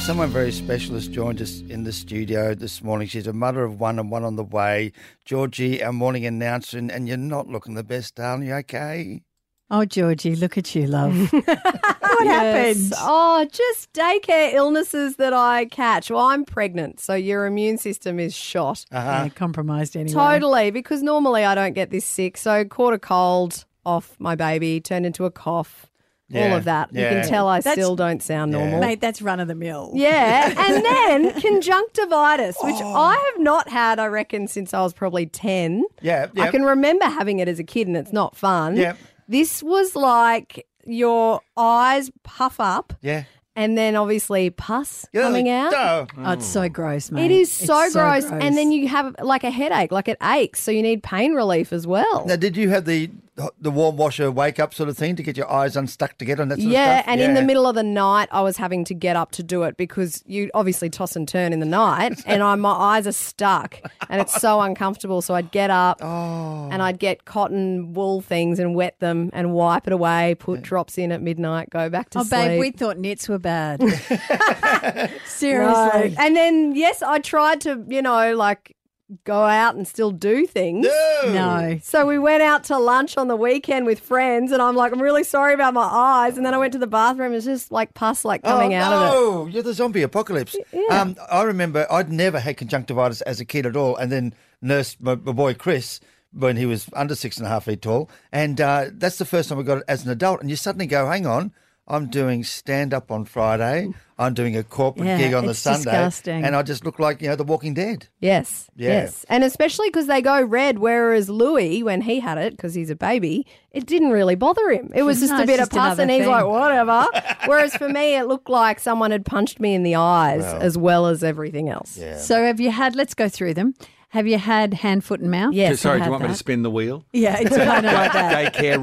someone very special has joined us in the studio this morning. She's a mother of one and one on the way. Georgie, our morning announcer, and, and you're not looking the best, darling. You okay? Oh, Georgie, look at you, love. What happened? Oh, just daycare illnesses that I catch. Well, I'm pregnant, so your immune system is shot. Uh-huh. Yeah, Oh, compromised anyway. Totally, because normally I don't get this sick. So caught a cold off my baby, turned into a cough, all Yeah, of that. You yeah. can tell I That's- still don't sound normal. Mate, that's run of the mill. Yeah, and then conjunctivitis, which Oh. I have not had, I reckon, since I was probably 10. Yeah, yeah. I can remember having it as a kid and it's not fun. Yep. This was like your eyes puff up Yeah. and then obviously pus coming out. Oh, Mm. Oh, it's so gross, mate. It is It's so, gross. And then you have like a headache, like it aches. So you need pain relief as well. now, did you have the the warm washer wake up sort of thing to get your eyes unstuck together and that sort yeah, of stuff? and in the middle of the night, I was having to get up to do it because you obviously toss and turn in the night, and I, my eyes are stuck, and it's so uncomfortable. So I'd get up, Oh. and I'd get cotton wool things and wet them and wipe it away, put drops in at midnight, go back to Oh, sleep. babe, we thought nets were bad. No. Seriously. And then yes, I tried to you know like go out and still do things. No. No. So we went out to lunch on the weekend with friends, and I'm like, I'm really sorry about my eyes. And then I went to the bathroom, it's just like pus like coming oh, out no. of it. you're the zombie apocalypse. Um, I remember I'd never had conjunctivitis as a kid at all, and then nursed my, my boy Chris when he was under six and a half feet tall, and uh, that's the first time I got it as an adult. And you suddenly go, hang on. I'm doing stand up on Friday. I'm doing a corporate Yeah, gig on the it's Sunday. disgusting. And I just look like, you know, The Walking Dead. Yes. Yeah. Yes. And especially because they go red, whereas Louis, when he had it, because he's a baby, it didn't really bother him. It was just No, a it's bit just of pus, another and he's thing. like, whatever. whereas for me, it looked like someone had punched me in the eyes as well as everything else. Yeah. So have you had, let's go through them. Have you had hand, foot, and mouth? Yes. Sorry, I do you had want me to that. spin the wheel? Yeah, it's kind of like that. Daycare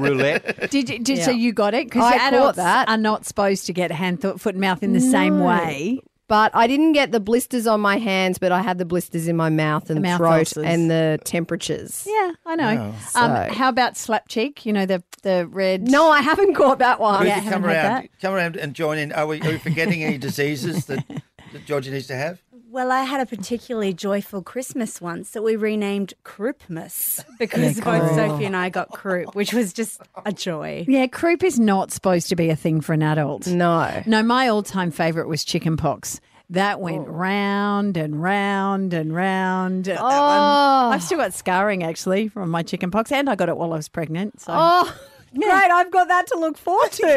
roulette. Did you, did, So Yeah. you got it? Because I caught adults that. are not supposed to get hand, th- foot, and mouth in the same way. But I didn't get the blisters on my hands, but I had the blisters in my mouth and The mouth throat ulcers. and the temperatures. Yeah, I know. Oh, Um, how about slap cheek? You know, the, the red. No, I haven't caught that one. Ruthie, Oh, Yeah. I come haven't had around, come around and join in. Are we, are we forgetting any diseases that, that Georgie needs to have? Well, I had a particularly joyful Christmas once that we renamed Croupmas because both Sophie and I got croup, which was just a joy. Yeah, croup is not supposed to be a thing for an adult. No. No, my all time favourite was chicken pox. That went round and round and round. Oh. I've still got scarring actually from my chicken pox, and I got it while I was pregnant. So Oh, great. I've got that to look forward to. How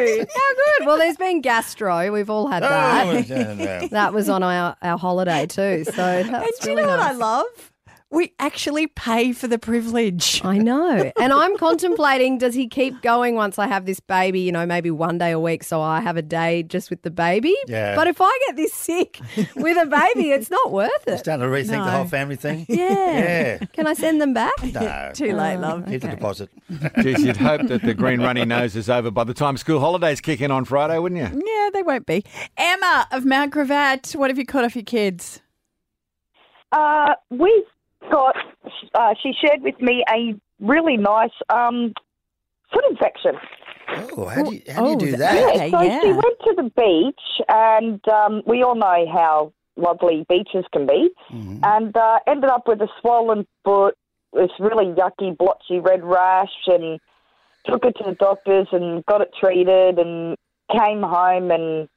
good. Well, there's been gastro. We've all had that. Oh, no, no. That was on our, our holiday too. So and that's do you really know what I nice. love? We actually pay for the privilege. I know. And I'm contemplating does he keep going once I have this baby, you know, maybe one day a week so I have a day just with the baby? Yeah. But if I get this sick with a baby, it's not worth it. Starting to rethink the No. whole family thing. Yeah. Yeah. Can I send them back? No. Too late, love. Keep the deposit. Jeez, you'd hope that the green runny nose is over by the time school holidays kick in on Friday, wouldn't you? Yeah, they won't be. Emma of Mount Gravatt, what have you caught off your kids? Uh, we got, uh, she shared with me a really nice um, foot infection. Oh, how do you, how do, Oh, you do th- that? Okay, so she yeah. went to the beach, and um, we all know how lovely beaches can be, Mm-hmm. and uh, ended up with a swollen foot, this really yucky, blotchy red rash, and took it to the doctors and got it treated and came home and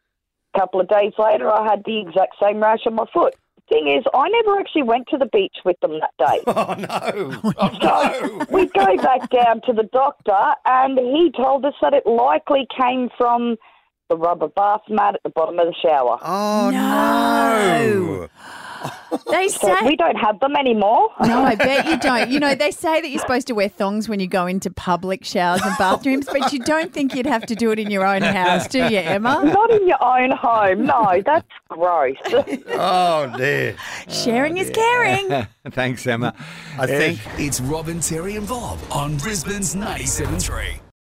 a couple of days later I had the exact same rash on my foot. Thing is, I never actually went to the beach with them that day. Oh, no. Oh, no. we go back down to the doctor, and he told us that it likely came from the rubber bath mat at the bottom of the shower. Oh, no. They So say we don't have them anymore. No, I bet you don't. You know, they say that you're supposed to wear thongs when you go into public showers and bathrooms, but you don't think you'd have to do it in your own house, do you, Emma? Not in your own home. No, that's gross. Oh, dear. Sharing is caring. Thanks, Emma. I think It's Robin, Terry, and Bob on Brisbane's 97.3.